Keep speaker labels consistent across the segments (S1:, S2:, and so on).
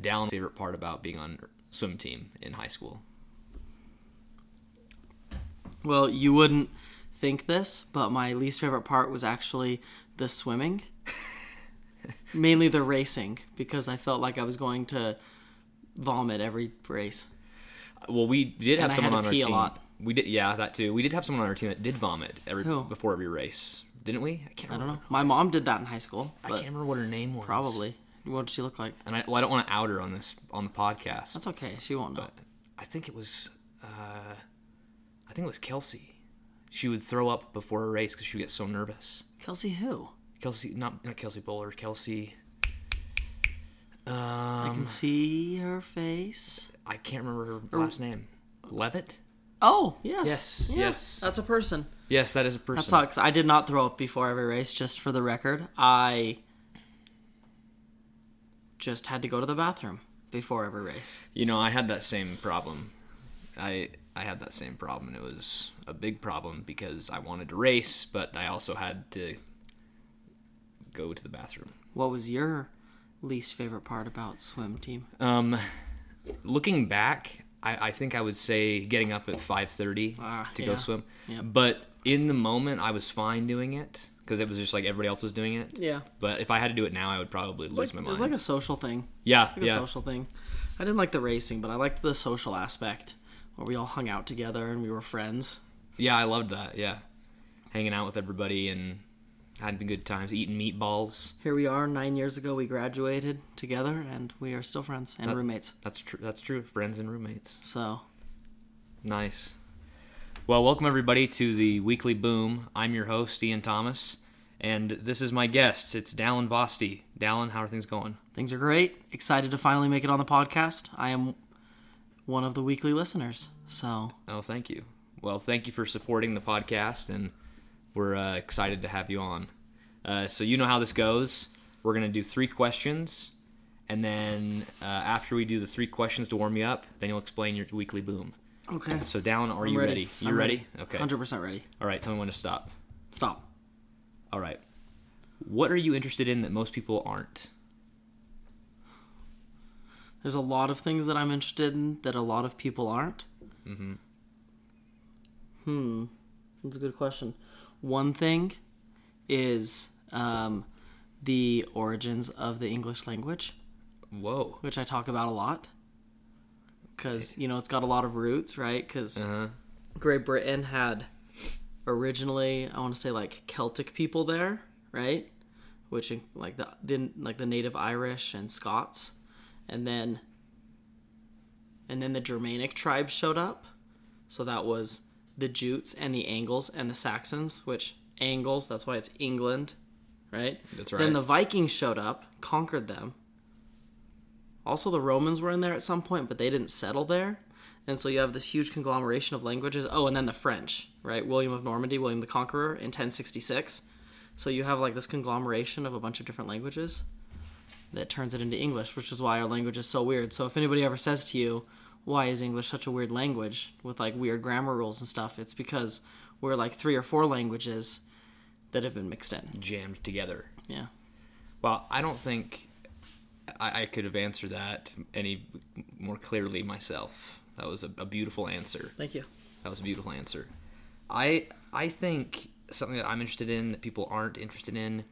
S1: down favorite part about being on swim team in high school.
S2: Well, you wouldn't think this, but my least favorite part was actually the swimming. Mainly the racing, because I felt like I was going to vomit every race.
S1: Well, we did have
S2: I
S1: someone
S2: had
S1: on
S2: to
S1: our
S2: pee a
S1: team.
S2: lot.
S1: We did, yeah, that too. We did have someone on our team that did vomit every
S2: Who?
S1: before every race, didn't we? I can't.
S2: I
S1: remember.
S2: don't know. My mom did that in high school,
S1: I
S2: but
S1: can't remember what her name was.
S2: probably. What did she look like?
S1: And I, well, I don't want to out her on this on the podcast.
S2: That's okay. She won't know.
S1: I think it was, uh, I think it was Kelsey. She would throw up before a race because she would get so nervous.
S2: Kelsey, who?
S1: Kelsey, not not Kelsey Bowler, Kelsey. Um,
S2: I can see her face.
S1: I can't remember her last name. Levitt.
S2: Oh, yes.
S1: Yes,
S2: Yeah,
S1: yes.
S2: That's a person.
S1: Yes, that is a person.
S2: That sucks. I did not throw up before every race, just for the record. I just had to go to the bathroom before every race.
S1: You know, I had that same problem. I I had that same problem. and It was a big problem because I wanted to race, but I also had to go to the bathroom.
S2: What was your least favorite part about swim team?
S1: Um, looking back, I, I think I would say getting up at five thirty
S2: Ah,
S1: to
S2: yeah.
S1: go swim.
S2: Yep.
S1: But in the moment, I was fine doing it because it was just like everybody else was doing it.
S2: Yeah.
S1: But if I had to do it now, I would probably lose
S2: Like,
S1: my
S2: it
S1: mind.
S2: was like a social thing.
S1: yeah,
S2: Like
S1: yeah.
S2: a social thing. I didn't like the racing, but I liked the social aspect where we all hung out together and we were friends.
S1: Yeah, I loved that. Yeah, hanging out with everybody and having good times, eating meatballs.
S2: Here we are, nine years ago, we graduated together and we are still friends and roommates.
S1: That's true. That's true. Friends and roommates.
S2: So,
S1: Nice. Well, welcome everybody to the weekly boom. I'm your host Ian Thomas, and this is my guest. It's Dallin Vosti. Dallin, how are things going?
S2: Things are great. Excited to finally make it on the podcast. I am one of the weekly listeners. So,
S1: Oh, thank you. Well, thank you for supporting the podcast, and we're uh, excited to have you on. Uh, so, you know how this goes. We're going to do three questions, and then uh, after we do the three questions to warm you up, then you'll explain your weekly boom.
S2: okay.
S1: So, Dallin, are you ready? You
S2: I'm
S1: ready? Okay.
S2: 100% ready.
S1: All right, tell me when to stop.
S2: Stop.
S1: All right. What are you interested in that most people aren't?
S2: There's a lot of things that I'm interested in that a lot of people aren't. Mm-hmm. Hmm. That's a good question. One thing is um, the origins of the English language,
S1: Whoa.
S2: which I talk about a lot.
S1: Eh.
S2: Because, you know, it's got a lot of roots, right? Because
S1: Uh-huh.
S2: Great Britain had originally, I want to say like Celtic people there, right? Which in- like the, the like the native Irish and Scots, and then and then the Germanic tribes showed up. So that was the Jutes and the Angles and the Saxons, which Angles, that's why it's England, right?
S1: That's
S2: Then
S1: right.
S2: the Vikings showed up, conquered them. Also, the Romans were in there at some point, but they didn't settle there. And so you have this huge conglomeration of languages. Oh, and then the French, right? William of Normandy, William the Conqueror in 1066. So you have like this conglomeration of a bunch of different languages that turns it into English, which is why our language is so weird. So if anybody ever says to you, why is English such a weird language with like weird grammar rules and stuff, it's because we're like three or four languages that have been mixed in.
S1: Jammed together.
S2: Yeah.
S1: Well, I don't think I, I could have answered that any more clearly myself. That was a, a beautiful answer.
S2: Thank you.
S1: That was a beautiful answer. I I think something that I'm interested in that people aren't interested in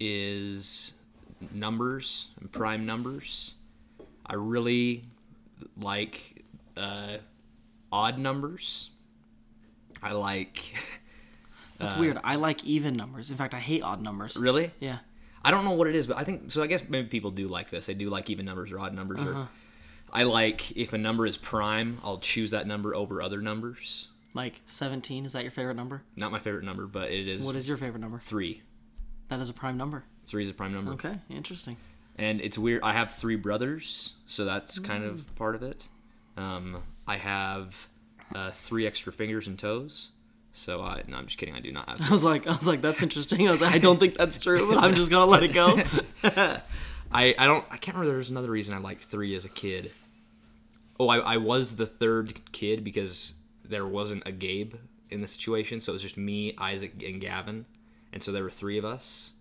S1: is numbers and prime numbers. I really like uh, odd numbers. I like
S2: That's weird. I like even numbers. In fact, I hate odd numbers.
S1: really.
S2: Yeah.
S1: I don't know what it is, but I think so. I guess maybe people do like this. They do like even numbers or odd numbers.
S2: Uh-huh.
S1: Or I like if a number is prime, I'll choose that number over other numbers.
S2: Like 17, is that your favorite number?
S1: Not my favorite number, but it is
S2: What is your favorite number?
S1: three.
S2: That is a prime number.
S1: Three is a prime number,
S2: Okay, interesting.
S1: and it's weird. I have three brothers, so that's kind
S2: Mm.
S1: of part of it. Um, I have uh, three extra fingers and toes. So I no, I'm just kidding. I do not have.
S2: I was like, I was like, that's interesting. I was like, I don't think that's true, but I'm just gonna let it go.
S1: I, I don't I can't remember there was another reason I liked three as a kid. Oh, I, I was the third kid because there wasn't a Gabe in the situation, so it was just me, Isaac, and Gavin, and so there
S2: Uh-huh.
S1: were three of us.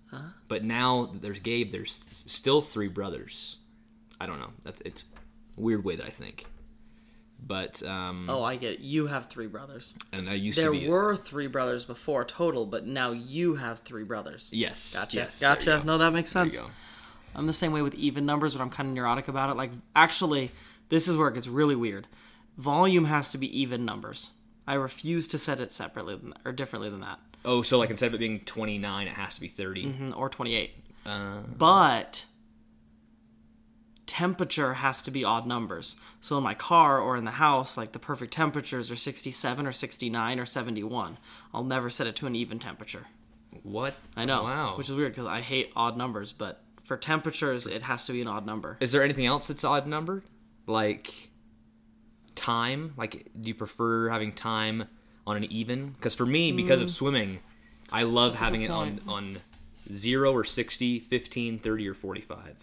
S1: But now that there's Gabe. There's s- still three brothers. I don't know. That's it's a weird way that I think. But um,
S2: Oh, I get it. You have three brothers.
S1: and I used
S2: There
S1: to be
S2: were three brothers before total, but now you have three brothers.
S1: yes,
S2: Gotcha.
S1: yes, there you
S2: gotcha.
S1: go.
S2: No, that makes
S1: There
S2: sense.
S1: you go.
S2: I'm the same way with even numbers, but I'm kind of neurotic about it. Like, actually, this is where it gets really weird. Volume has to be even numbers. I refuse to set it separately than, or differently than that,
S1: Oh, so like instead of it being 29, it has to be 30.
S2: Mm, or 28.
S1: Uh.
S2: but temperature has to be odd numbers. So in my car or in the house, like the perfect temperatures are 67 or 69 or 71. I'll never set it to an even temperature.
S1: What?
S2: I know,
S1: Wow.
S2: which is weird because I hate odd numbers, but for temperatures, it has to be an odd number.
S1: is there anything else that's odd numbered? Like time? Like do you prefer having time on an even? Because for me, because
S2: Hmm.
S1: of swimming, I love having it on on 0 or 60, 15, 30 or 45.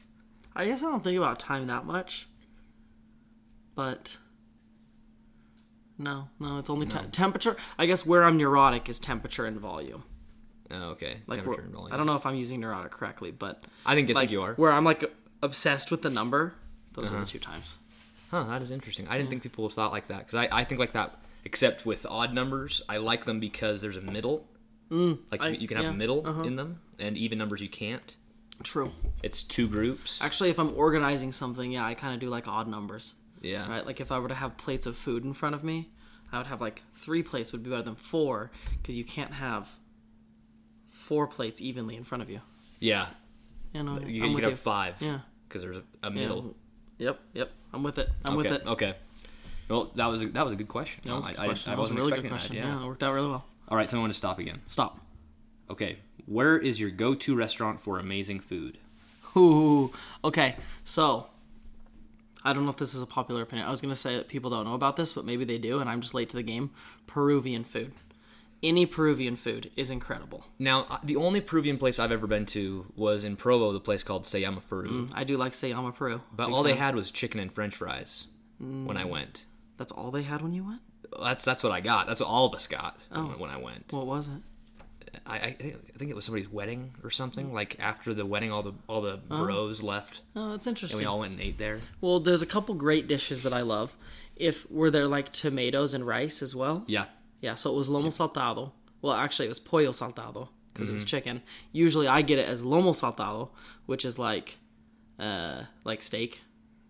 S2: I guess I don't think about time that much. But no, no, it's only te- temperature. I guess where I'm neurotic is temperature and volume.
S1: Oh, okay.
S2: Like
S1: Temperature
S2: where-
S1: and volume.
S2: I don't know if I'm using neurotic correctly, but
S1: I didn't get
S2: like
S1: that you are.
S2: where I'm like obsessed with the number. Those are the two times.
S1: Huh, that is interesting. I didn't think people have thought like that because I, I think like that, except with odd numbers. I like them because there's a middle. like
S2: Mm, I-
S1: you- you can have
S2: yeah, uh-huh.
S1: a middle in them, and even numbers you can't.
S2: True.
S1: It's two groups.
S2: Actually, if I'm organizing something, yeah, I kind of do like odd numbers.
S1: yeah.
S2: right? Like if I were to have plates of food in front of me, I would have like three plates would be better than four because you can't have four plates evenly in front of you.
S1: Yeah.
S2: You know,
S1: You,
S2: I'm
S1: you
S2: with
S1: could
S2: you.
S1: have five.
S2: Yeah.
S1: Because there's a, a
S2: Yeah.
S1: middle.
S2: Yep, yep. I'm with it. I'm
S1: okay.
S2: with it.
S1: Okay. Well, that was a, that was a good question.
S2: That was a
S1: I-
S2: good
S1: I-
S2: question.
S1: I
S2: that was a
S1: wasn't
S2: really good
S1: expecting that,
S2: question.
S1: yeah.
S2: yeah. it worked out really well.
S1: All right, so I want to stop again.
S2: Stop.
S1: Okay, where is your go-to restaurant for amazing food?
S2: Ooh. Okay. So, I don't know if this is a popular opinion. I was gonna say that people don't know about this, but maybe they do, and I'm just late to the game. Peruvian food. Any Peruvian food is incredible.
S1: Now, uh, the only Peruvian place I've ever been to was in Provo, the place called Se Llama Peru.
S2: Mm, I do like Sayama Peru.
S1: But all they had was chicken and French fries when I went.
S2: That's all they had when you went.
S1: That's that's what I got. That's what all of us got when- when I went.
S2: What was it?
S1: I, I think I think it was somebody's wedding or something. Like after the wedding, all the all the bros left,
S2: Oh, that's
S1: and
S2: interesting.
S1: we all went and ate there.
S2: well, there's a couple great dishes that I love. If were there like tomatoes and rice as well?
S1: Yeah, Mm-hmm.
S2: Yeah, so it was lomo saltado. Well, actually, it was pollo saltado because it was chicken. Usually, I get it as lomo saltado, which is like, uh, like steak,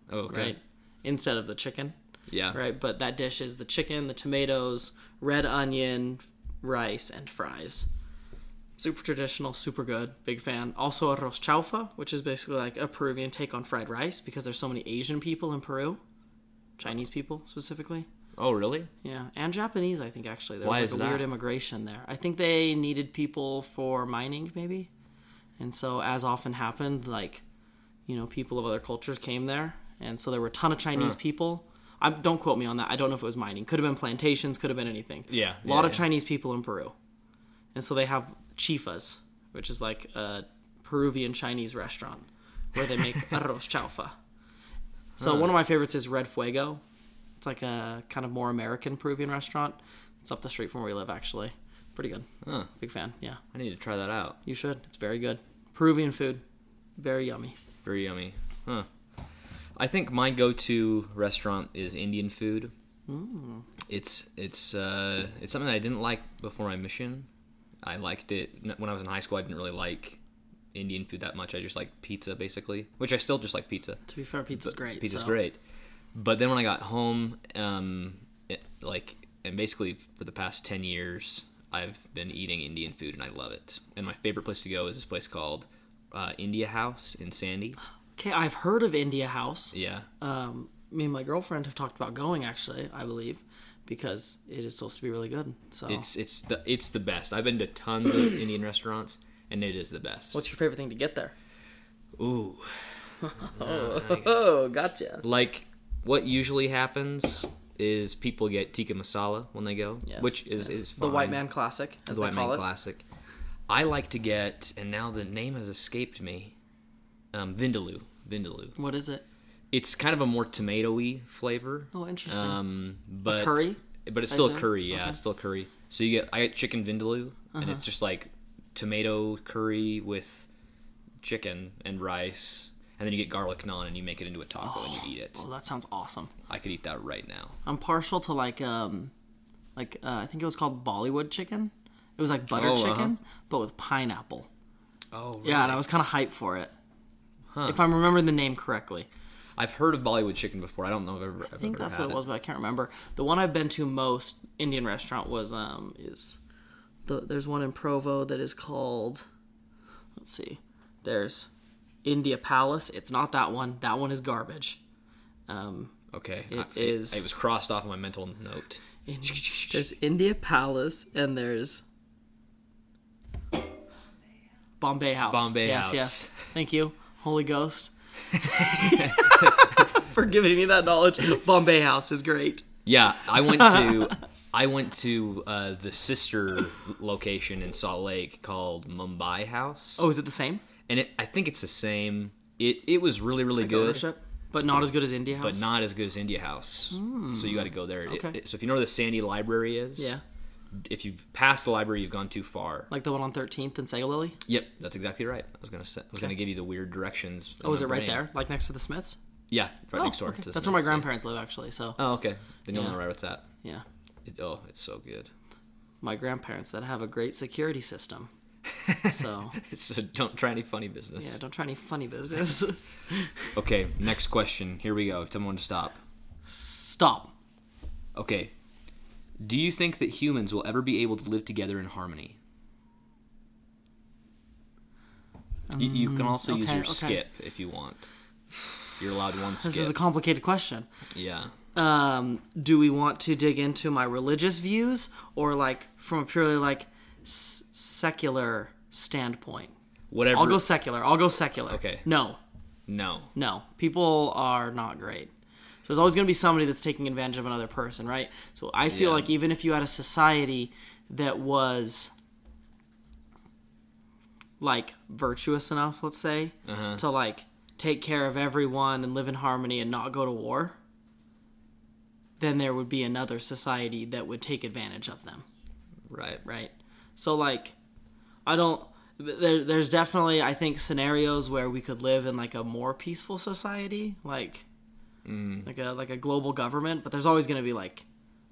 S1: oh, okay.
S2: right? Instead of the chicken,
S1: Yeah,
S2: right? But that dish is the chicken, the tomatoes, red onion, rice, and fries. Super traditional, super good. Big fan. Also, arroz chaufa, which is basically like a Peruvian take on fried rice because there's so many Asian people in Peru, Chinese people specifically.
S1: Oh, really?
S2: Yeah, and Japanese, I think actually there
S1: Why
S2: was
S1: is
S2: like a weird
S1: that?
S2: immigration there. I think they needed people for mining, maybe, and so as often happened, like you know, people of other cultures came there, and so there were a ton of
S1: Hmm.
S2: Chinese people. I don't quote me on that. I don't know if it was mining. Could have been plantations. Could have been anything.
S1: Yeah,
S2: a lot
S1: yeah, yeah.
S2: of Chinese people in Peru, and so they have chifas, which is like a Peruvian Chinese restaurant where they make arroz chaufa. So one of my favorites is Red Fuego. It's like a kind of more American Peruvian restaurant. It's up the street from where we live, actually. Pretty good.
S1: Huh.
S2: Big fan. Yeah,
S1: I need to try that out.
S2: you should. It's very good. Peruvian food, very yummy.
S1: Very yummy. Huh. I think my go-to restaurant is Indian food.
S2: Mm.
S1: It's it's uh, it's something that I didn't like before my mission. I liked it n- when I was in high school. I didn't really like Indian food that much. I just like pizza basically, which I still just like pizza.
S2: To be fair, pizza's great.
S1: Pizza's
S2: so-
S1: great. But then when I got home, um, it, like, and basically for the past 10 years, I've been eating Indian food and I love it. And my favorite place to go is this place called uh, India House in Sandy.
S2: Okay, I've heard of India House.
S1: Yeah.
S2: Um, me and my girlfriend have talked about going actually. I believe because it is supposed to be really good. So,
S1: It's it's the it's the best. I've been to tons of Indian restaurants and it is the best.
S2: what's your favorite thing to get there?
S1: Ooh.
S2: Oh, gotcha.
S1: Like what usually happens is people get tikka masala when they go,
S2: Yes,
S1: which is is
S2: The White
S1: fine.
S2: Man Classic, as
S1: the
S2: they
S1: White
S2: call
S1: Man
S2: it.
S1: Classic. I like to get, and now the name has escaped me. Um, Vindaloo, Vindaloo.
S2: What is it?
S1: It's kind of a more tomatoey flavor.
S2: Oh, interesting.
S1: Um, but
S2: curry?
S1: but it's still
S2: Is it?
S1: a curry. Yeah,
S2: Okay. Uh-huh.
S1: it's still a curry. So you get, I get chicken Vindaloo, and it's just like tomato curry with chicken and rice, and then you get garlic naan and you make it into a taco and you eat it.
S2: Oh, that sounds awesome.
S1: I could eat that right now.
S2: I'm partial to like um, like uh, I think it was called Bollywood chicken. It was like butter
S1: Oh, uh-huh.
S2: chicken, but with pineapple.
S1: Oh,
S2: Yeah, and I was kind of hyped for it. If I'm remembering the name correctly,
S1: I've heard of Bollywood chicken before. I don't know if I've ever.
S2: I think that's what it was, but I can't remember. The one I've been to most Indian restaurant was um is the there's one in Provo that is called let's see. There's India Palace. It's not that one. That one is garbage. Um
S1: Okay,
S2: It
S1: I-
S2: is-
S1: It, was crossed off my mental note.
S2: In- there's India Palace and there's Bombay House.
S1: Bombay
S2: yes,
S1: House.
S2: Yes, Thank you, Holy Ghost, for giving me that knowledge. Bombay House is great.
S1: Yeah, I went to I went to uh, the sister location in Salt Lake called Mumbai House.
S2: Oh, is it the same?
S1: and it, I think it's the same. It it was really really good,
S2: Ownership, but not as good as India House. Hmm.
S1: but not as good as India House. So you got to go there. It-
S2: Okay.
S1: it- so if you know where the Sandy Library is,
S2: yeah,
S1: If you've passed the library, you've gone too far.
S2: like the one on Thirteenth and Sagalili.
S1: Yep, that's exactly right. I was gonna say, I was gonna give you the weird directions.
S2: Oh, is it right there, like next to the Smiths?
S1: Yeah, right
S2: Oh,
S1: next door.
S2: okay.
S1: to the
S2: That's where my
S1: Smiths.
S2: grandparents live, actually. So
S1: Oh, okay. Then you'll
S2: Yeah.
S1: know right what's that.
S2: yeah,
S1: It, oh, it's so good.
S2: my grandparents that have a great security system. So
S1: So don't try any funny business.
S2: yeah, don't try any funny business.
S1: Okay, next question. Here we go. Tell me when to stop.
S2: Stop.
S1: Okay. Do you think that humans will ever be able to live together in harmony? you, you can also use
S2: Um, okay,
S1: your
S2: okay.
S1: skip if you want. You're allowed one skip.
S2: This is a complicated question.
S1: yeah.
S2: Um, do we want to dig into my religious views or like from a purely like s- secular standpoint?
S1: Whatever.
S2: I'll go secular. I'll go secular.
S1: Okay.
S2: No,
S1: no.
S2: no. People are not great. So there's always going to be somebody that's taking advantage of another person, right? So I feel
S1: Yeah.
S2: like even if you had a society that was like virtuous enough, let's say, to like take care of everyone and live in harmony and not go to war, then there would be another society that would take advantage of them
S1: Right.
S2: right? So like, I don't. There, there's definitely I think scenarios where we could live in like a more peaceful society, like like a like a global government. But there's always going to be like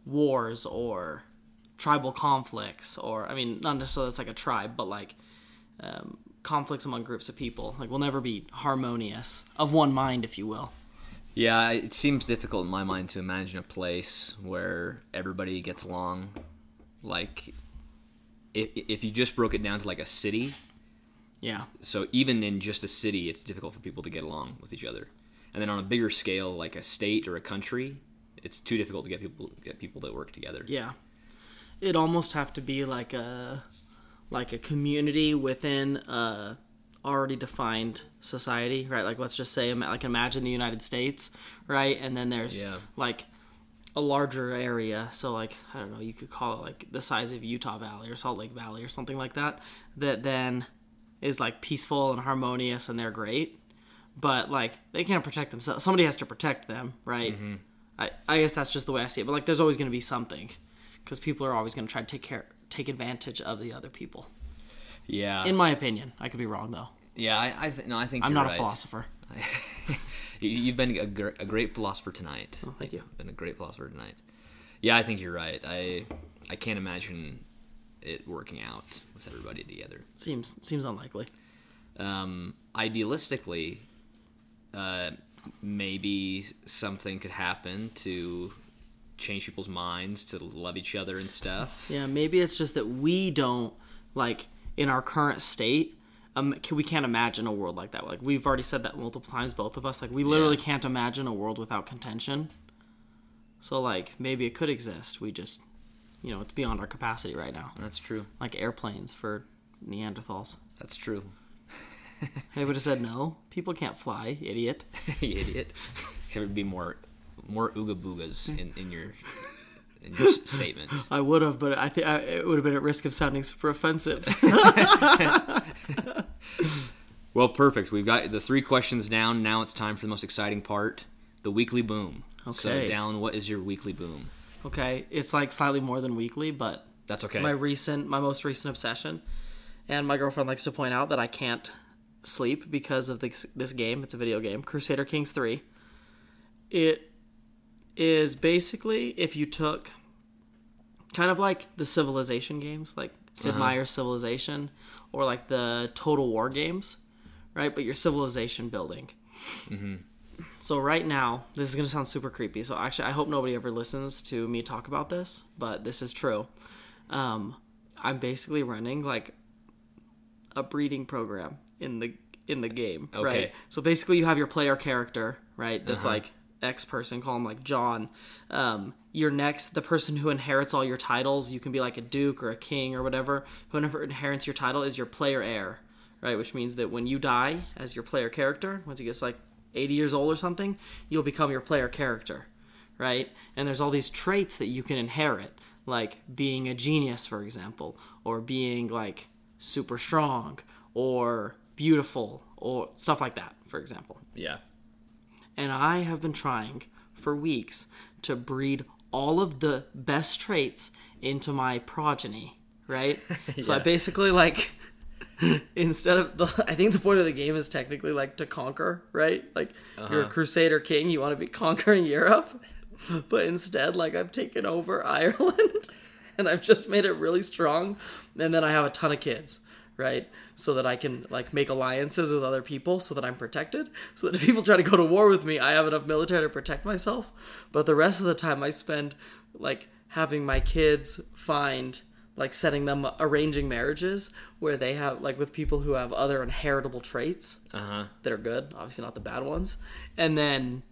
S2: wars or tribal conflicts, or I mean, not necessarily it's like a tribe, but like um, conflicts among groups of people. Like we'll never be harmonious of one mind, if you will.
S1: Yeah, it seems difficult in my mind to imagine a place where everybody gets along. Like, if, if you just broke it down to like a city,
S2: Yeah,
S1: so even in just a city, it's difficult for people to get along with each other. And then on a bigger scale, like a state or a country, it's too difficult to get people get people to work together.
S2: Yeah. It'd almost have to be like a like a community within a already defined society, right? Like let's just say ima- like imagine the United States, right? And then there's
S1: Yeah.
S2: like a larger area, so like I don't know, you could call it like the size of Utah Valley or Salt Lake Valley or something like that that then is like peaceful and harmonious and they're great. But like they can't protect themselves. Somebody has to protect them, right? I, I guess that's just the way I see it. But like, there's always going to be something, because people are always going to try to take care, take advantage of the other people.
S1: Yeah,
S2: In my opinion, I could be wrong though.
S1: yeah. I, I th- no, I think
S2: I'm
S1: you're
S2: not a
S1: right.
S2: philosopher.
S1: You- You've been a, gr- a great philosopher tonight.
S2: Oh, thank you.
S1: Been a great philosopher tonight. Yeah, I think you're right. I I can't imagine it working out with everybody together.
S2: Seems seems unlikely.
S1: um, idealistically, uh, maybe something could happen to change people's minds to love each other and stuff.
S2: Yeah, maybe it's just that we don't like in our current state. Um, can, we can't imagine a world like that. Like we've already said that multiple times, both of us. Like we literally
S1: Yeah.
S2: can't imagine a world without contention. So like maybe it could exist. We just, you know, it's beyond our capacity right now.
S1: That's true.
S2: Like airplanes for Neanderthals.
S1: That's true.
S2: They would have said no. People can't fly, idiot.
S1: you idiot. Hmm. There would be more more ooga boogas in, in your in your s- statement.
S2: I would have, but I think it would have been at risk of sounding super offensive.
S1: Well, perfect. We've got the three questions down. Now it's time for the most exciting part, the weekly boom. So,
S2: Okay.
S1: Dallin, what is your weekly boom?
S2: okay, it's like slightly more than weekly, but
S1: That's okay.
S2: my recent, my most recent obsession, and my girlfriend likes to point out that I can't sleep because of this, this game. It's a video game, Crusader Kings 3. It is basically if you took kind of like the civilization games, like Sid Meier's Civilization or like the Total War games, right? But your civilization building. So right now, this is gonna sound super creepy. So actually, I hope nobody ever listens to me talk about this, but this is true. Um, I'm basically running like a breeding program in the in the game, right? So basically, you have your player character, right? That's like X person. Call him like John. Um, your next, the person who inherits all your titles, you can be like a duke or a king or whatever. Whoever inherits your title is your player heir, right? Which means that when you die as your player character, once he gets like 80 years old or something, you'll become your player character, right? And there's all these traits that you can inherit, like being a genius, for example, or being like super strong or beautiful or stuff like that, for example.
S1: Yeah.
S2: And I have been trying for weeks to breed all of the best traits into my progeny, right? So I basically like instead of the I think the point of the game is technically like to conquer, right? Like you're a crusader king, you want to be conquering Europe. But instead, like I've taken over Ireland and I've just made it really strong and then I have a ton of kids, right? So that I can like make alliances with other people so that I'm protected. So that if people try to go to war with me, I have enough military to protect myself. But the rest of the time I spend like having my kids find like setting them uh, arranging marriages where they have like with people who have other inheritable traits
S1: Uh-huh.
S2: that are good obviously not the bad ones and then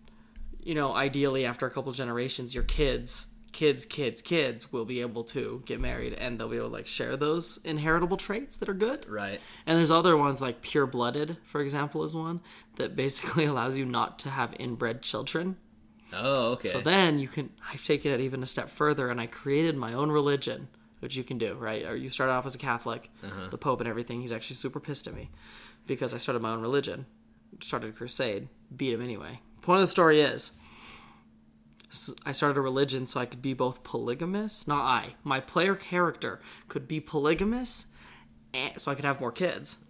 S2: you know ideally after a couple generations your kids kids kids kids will be able to get married and they'll be able to like share those inheritable traits that are good
S1: Right.
S2: and there's other ones like pure blooded for example is one that basically allows you not to have inbred children
S1: Oh, okay.
S2: so then you can. I've taken it even a step further, and I created my own religion, which you can do, right? Or you start off as a Catholic, the Pope and everything. He's actually super pissed at me because I started my own religion, started a crusade, beat him anyway. Point of the story is, s- I started a religion so I could be both polygamous. Not I. My player character could be polygamous, and, so I could have more kids.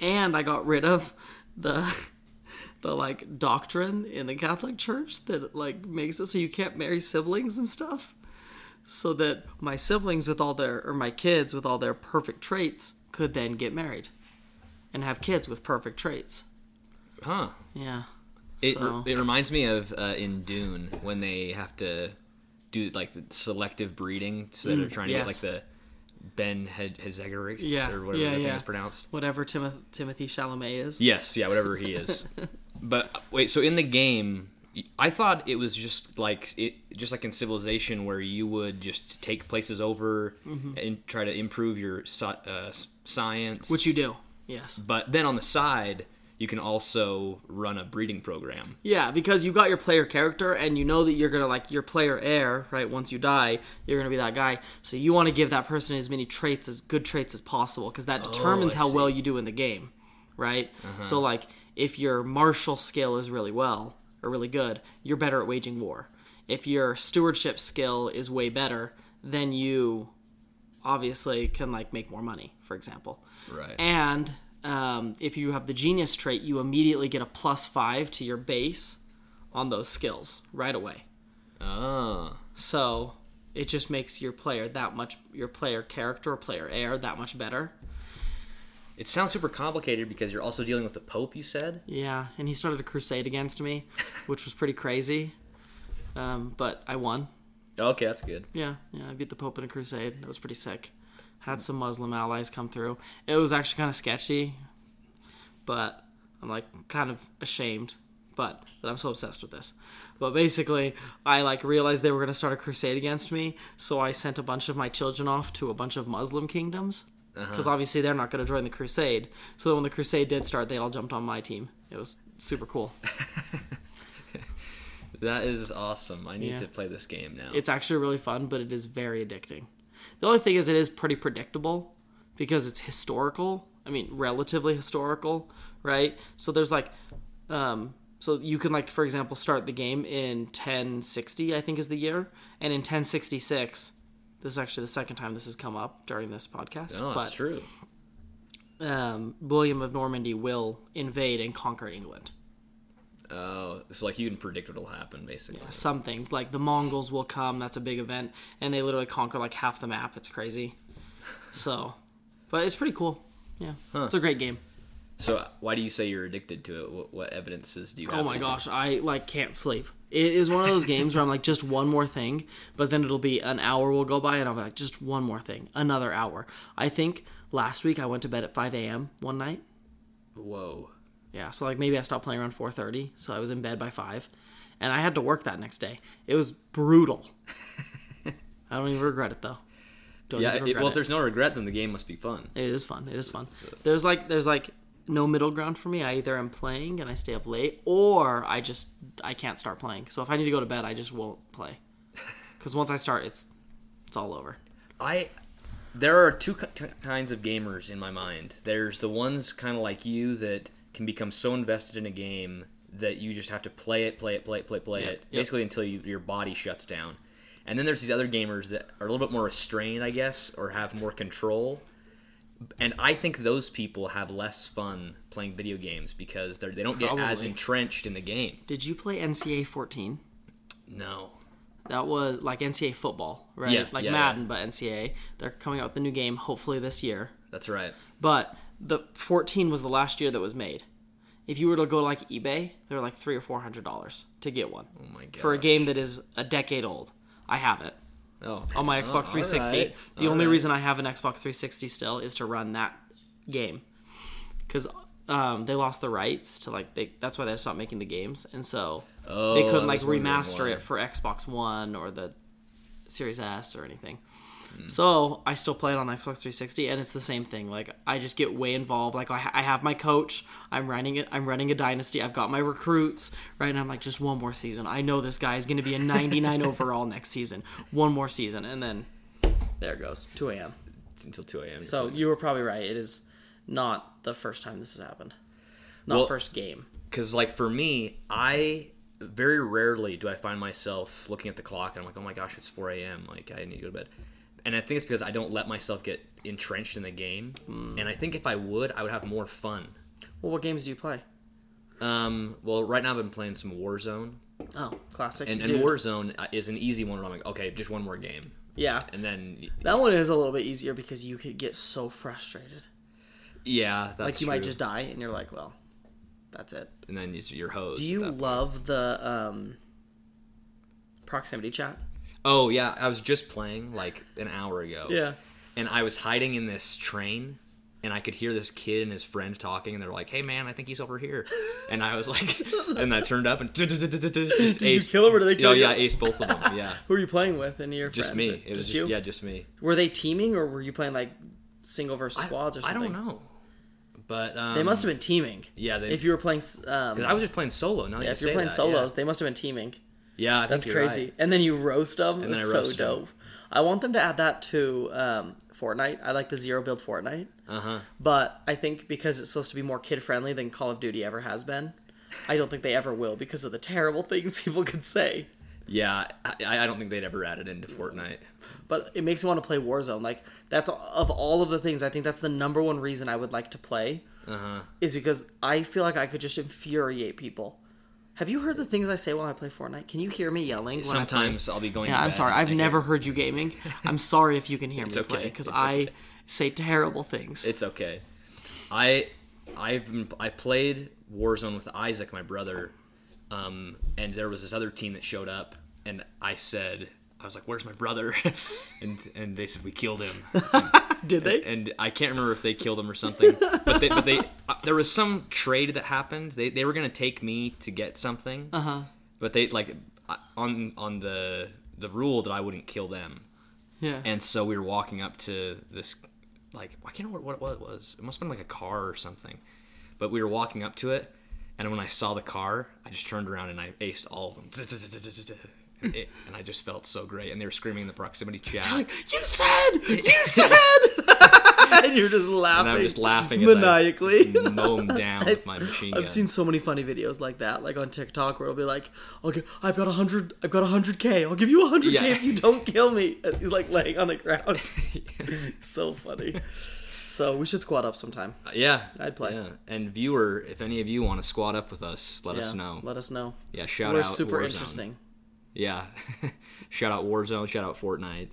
S2: And I got rid of the the like doctrine in the Catholic Church that like makes it so you can't marry siblings and stuff. So that my siblings with all their or my kids with all their perfect traits could then get married and have kids with perfect traits.
S1: huh.
S2: Yeah.
S1: It,
S2: So-
S1: it reminds me of uh, in Dune when they have to do like the selective breeding, so they're trying to
S2: Mm, yes.
S1: get like the Ben Hed- Hezegaris
S2: Yeah,
S1: or whatever
S2: yeah,
S1: the thing
S2: yeah.
S1: is pronounced.
S2: Whatever Timoth- Timothy Chalamet is.
S1: Yes, yeah, whatever he is. but uh, wait, so in the game, y- I thought it was just like it, just like in Civilization, where you would just take places over
S2: Mm-hmm.
S1: and try to improve your sci- uh, s- science,
S2: Which you do. Yes.
S1: But then on the side, you can also run a breeding program.
S2: Yeah, because you got your player character and you know that you're gonna like your player heir, right? Once you die, you're gonna be that guy. So you want to give that person as many traits as good traits as possible because that determines
S1: Oh, I
S2: how
S1: see.
S2: well you do in the game, right? So like if your martial skill is really well or really good, you're better at waging war. If your stewardship skill is way better, then you obviously can like make more money, for example.
S1: Right.
S2: And um, if you have the genius trait, you immediately get a plus five to your base on those skills right away.
S1: Ah.
S2: So it just makes your player that much, your player character or player heir that much better.
S1: It sounds super complicated because you're also dealing with the Pope, you said?
S2: Yeah, and he started a crusade against me, which was pretty crazy. Um, but I won.
S1: Okay, that's good.
S2: Yeah, yeah, I beat the Pope in a crusade. That was pretty sick. Had some Muslim allies come through. It was actually kind of sketchy, but I'm like kind of ashamed, but that I'm so obsessed with this. But basically, I like realized they were gonna start a crusade against me, so I sent a bunch of my children off to a bunch of Muslim kingdoms because obviously they're not gonna join the crusade. So when the crusade did start, they all jumped on my team. It was super cool.
S1: That is awesome. I need
S2: Yeah.
S1: to play this game now.
S2: It's actually really fun, but it is very addicting. The only thing is, it is pretty predictable because it's historical. I mean, relatively historical, right? So there's like, um, so you can like, for example, start the game in 1060, I think is the year, and in 1066. This is actually the second time this has come up during this podcast.
S1: oh,
S2: but
S1: that's true.
S2: um, William of Normandy will invade and conquer England.
S1: Oh, so like you can predict what'll happen, basically.
S2: Some things like the Mongols will come. That's a big event, and they literally conquer like half the map. It's crazy. So, but it's pretty cool. Yeah, it's a great game.
S1: So why do you say you're addicted to it? What, what evidences do you have?
S2: Oh my gosh, I like can't sleep. It is one of those games where I'm like, just one more thing, but then it'll be an hour will go by, and I'm like, just one more thing, another hour. I think last week I went to bed at 5 a.m. one night.
S1: Whoa.
S2: Yeah, so like maybe I stopped playing around 4:30, so I was in bed by five, and I had to work that next day. It was brutal. I don't even regret it though. Don't
S1: Yeah.
S2: even
S1: It,
S2: regret
S1: well,
S2: it.
S1: if there's no regret, then the game must be fun.
S2: It is fun. It is fun. There's like there's like no middle ground for me. I either am playing and I stay up late, or I just I can't start playing. So if I need to go to bed, I just won't play. Because once I start, it's it's all over.
S1: I there are two ki- ki- kinds of gamers in my mind. There's the ones kind of like you that can become so invested in a game that you just have to play it, play it, play it, play it, play
S2: Yep,
S1: it,
S2: yep.
S1: basically until you, your body shuts down. And then there's these other gamers that are a little bit more restrained, I guess, or have more control. And I think those people have less fun playing video games because they're, they don't get as
S2: Probably.
S1: entrenched in the game.
S2: Did you play NCAA 14?
S1: No.
S2: That was like NCAA football, right?
S1: Yeah,
S2: like
S1: yeah,
S2: Madden, but NCAA. They're coming out with the new game hopefully this year.
S1: That's right.
S2: But the 14 was the last year that was made. If you were to go to like eBay, they're like three or four hundred dollars to get one
S1: Oh my god.
S2: for a game that is a decade old. I have it
S1: oh,
S2: on my Xbox
S1: all
S2: 360.
S1: right,
S2: The
S1: all
S2: only
S1: right.
S2: reason I have an Xbox 360 still is to run that game because um, they lost the rights to like they. That's why they stopped making the games, and so they
S1: Oh, I
S2: couldn't like
S1: was wondering
S2: remaster
S1: why.
S2: it for Xbox One or the Series S or anything.
S1: Hmm.
S2: So I still play it on Xbox 360, and it's the same thing. Like I just get way involved. Like I, ha- I have my coach. I'm running it. I'm running a dynasty. I've got my recruits right, and I'm like, just one more season. I know this guy is going to be a 99 overall next season. One more season, and then there it goes. 2 a.m.
S1: It's until 2 a.m.
S2: So you were probably right. It is not the first time this has happened. Not
S1: Well-
S2: first game.
S1: because like for me i very rarely do i find myself looking at the clock and i'm like oh my gosh it's 4 a.m like i need to go to bed and i think it's because i don't let myself get entrenched in the game
S2: Mm.
S1: and i think if i would i would have more fun
S2: Well, what games do you play?
S1: um, well right now i've been playing some warzone
S2: Oh, classic.
S1: and, and
S2: Dude.
S1: warzone uh, is an easy one where i'm like okay just one more game
S2: Yeah,
S1: and then
S2: that one is a little bit easier because you could get so frustrated.
S1: yeah that's
S2: like you might
S1: true.
S2: just die and you're like well that's it
S1: and then it's your hose
S2: do you love the um proximity chat
S1: oh yeah i was just playing like an hour ago
S2: yeah
S1: and I was hiding in this train, and I could hear this kid and his friend talking, and they're like, "Hey, man, I think he's over here," and I was like, and I turned up and did
S2: you kill him or did they kill
S1: Oh
S2: you?
S1: yeah, I aced both of them. Yeah,
S2: who are you playing with and your
S1: just
S2: friends
S1: me.
S2: or-
S1: It was
S2: just you
S1: Yeah, just me.
S2: were they teaming or were you playing like single versus squads or
S1: I
S2: something
S1: don't know, but um,
S2: they must have been teaming
S1: Yeah, they.
S2: if you were playing s- um
S1: I was just playing solo. Now that
S2: yeah,
S1: you
S2: if you're
S1: say
S2: playing
S1: that,
S2: solos they must have been teaming
S1: Yeah, yeah I think
S2: that's
S1: you're
S2: crazy
S1: right.
S2: and then you roast them
S1: then
S2: it's
S1: I
S2: so
S1: roast 'em.
S2: dope i want them to add that to um fortnite i like the zero build fortnite
S1: Uh huh.
S2: But I think because it's supposed to be more kid friendly than Call of Duty ever has been, I don't think they ever will because of the terrible things people could say.
S1: Yeah, I, I don't think they'd ever add it into Fortnite.
S2: But it makes me want to play Warzone. Like that's of all of the things I think that's the number one reason I would like to play
S1: Uh huh.
S2: is because I feel like I could just infuriate people. Have you heard the things I say while I play Fortnite? Can you hear me yelling? When I play?
S1: Sometimes I'll be going. to
S2: Yeah, I'm
S1: bed
S2: sorry.
S1: and
S2: I've
S1: thinking,
S2: never heard you gaming. I'm sorry if you can hear me
S1: okay,
S2: play because
S1: it's
S2: I
S1: okay.
S2: say terrible things.
S1: It's okay. I I've been, I played Warzone with Isaac, my brother, um, and there was this other team that showed up, and I said I was like, "Where's my brother?" and and they said we killed him,
S2: Did they?
S1: and I can't remember if they killed him or something, but they, but they uh, there was some trade that happened. They they were gonna take me to get something,
S2: huh.
S1: but they like uh, on on the the rule that I wouldn't kill them.
S2: Yeah.
S1: And so we were walking up to this, like, I can't remember what, what it was. It must have been like a car or something. But we were walking up to it, and when I saw the car, I just turned around and I aced all of them. And, it- and I just felt so great. And they were screaming in the proximity chat.
S2: You said, you said, and you're just laughing.
S1: And I'm just laughing as
S2: maniacally.
S1: I mow them down with my machine gun.
S2: I've seen so many funny videos like that, like on TikTok, where it'll be like, "Okay, I've got a hundred, I've got a hundred k. I'll give you a hundred k
S1: Yeah.
S2: if you don't kill me." As he's like laying on the ground, so funny. So we should squad up sometime.
S1: Yeah,
S2: I'd play.
S1: Yeah. And viewer, if any of you want to squad up with us, let us
S2: Yeah,
S1: know.
S2: Let us know.
S1: yeah, shout
S2: We're
S1: out.
S2: super
S1: Warzone.
S2: interesting.
S1: Yeah, shout out Warzone. Shout out Fortnite.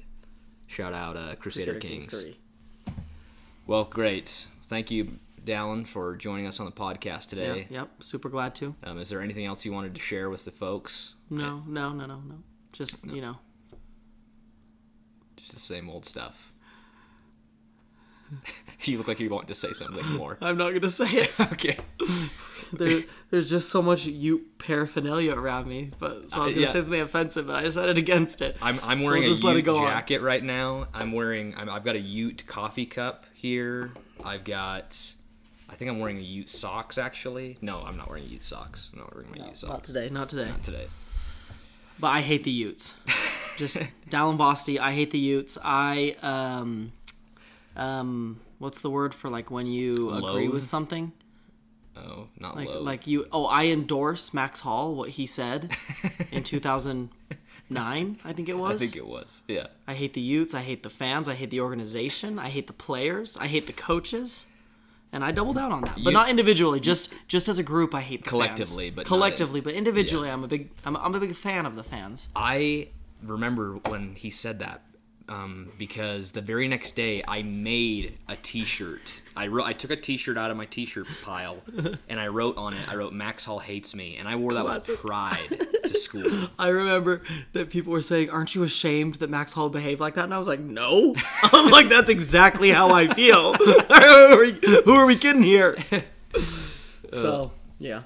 S1: Shout out uh, Crusader, Kings.
S2: Three.
S1: Well, great. Thank you, Dallin, for joining us on the podcast
S2: Yeah,
S1: today.
S2: yep. Super glad to.
S1: Um, is there anything else you wanted to share with the folks?
S2: No, no, no, no, no. Just you know,
S1: Just the same old stuff. you look like you want to say something more.
S2: I'm not gonna say it.
S1: okay.
S2: there, there's just so much you paraphernalia around me, but so I was
S1: Uh,
S2: gonna
S1: yeah.
S2: say something offensive, but I decided against it.
S1: I'm, I'm
S2: So
S1: wearing
S2: we'll just
S1: a
S2: let it
S1: Ute
S2: go on.
S1: jacket right now. I'm wearing I'm, I've got a Ute coffee cup here. I've got I think I'm wearing Ute socks actually. No, I'm not wearing Ute socks. I'm not wearing my Ute
S2: Not
S1: socks
S2: today, not today.
S1: today.
S2: But I hate the Utes. Just Dallin Bosty, I hate the Utes. I um um what's the word for like when you agree
S1: Loathe?
S2: with something?
S1: Oh, not
S2: Like
S1: low.
S2: like you oh, I endorse Max Hall what he said in 2009, I think it was.
S1: I think it was. Yeah.
S2: I hate the Utes. I hate the fans. I hate the organization. I hate the players. I hate the coaches. And I double down on that, but
S1: You-
S2: not individually. Just just as a group, I hate the
S1: Collectively,
S2: fans.
S1: but not
S2: collectively, but individually, I'm a big I'm, I'm a big fan of the fans.
S1: I remember when he said that um, because the very next day I made a T-shirt. I wrote, I took a T-shirt out of my T-shirt pile and I wrote on it. I wrote Max Hall hates me, and I wore that
S2: Classic.
S1: with pride to school.
S2: I remember that people were saying, "Aren't you ashamed that Max Hall behaved like that?" And I was like, "No." I was like, "That's exactly how I feel." who, are we, who are we kidding here? so yeah.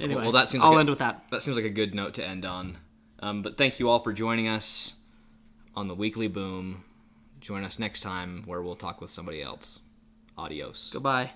S2: Anyway,
S1: well, that seems
S2: I'll
S1: like a-
S2: end with that.
S1: That seems like a good note to end on. Um, but thank you all for joining us on the weekly boom. Join us next time where we'll talk with somebody else. Adios.
S2: Goodbye.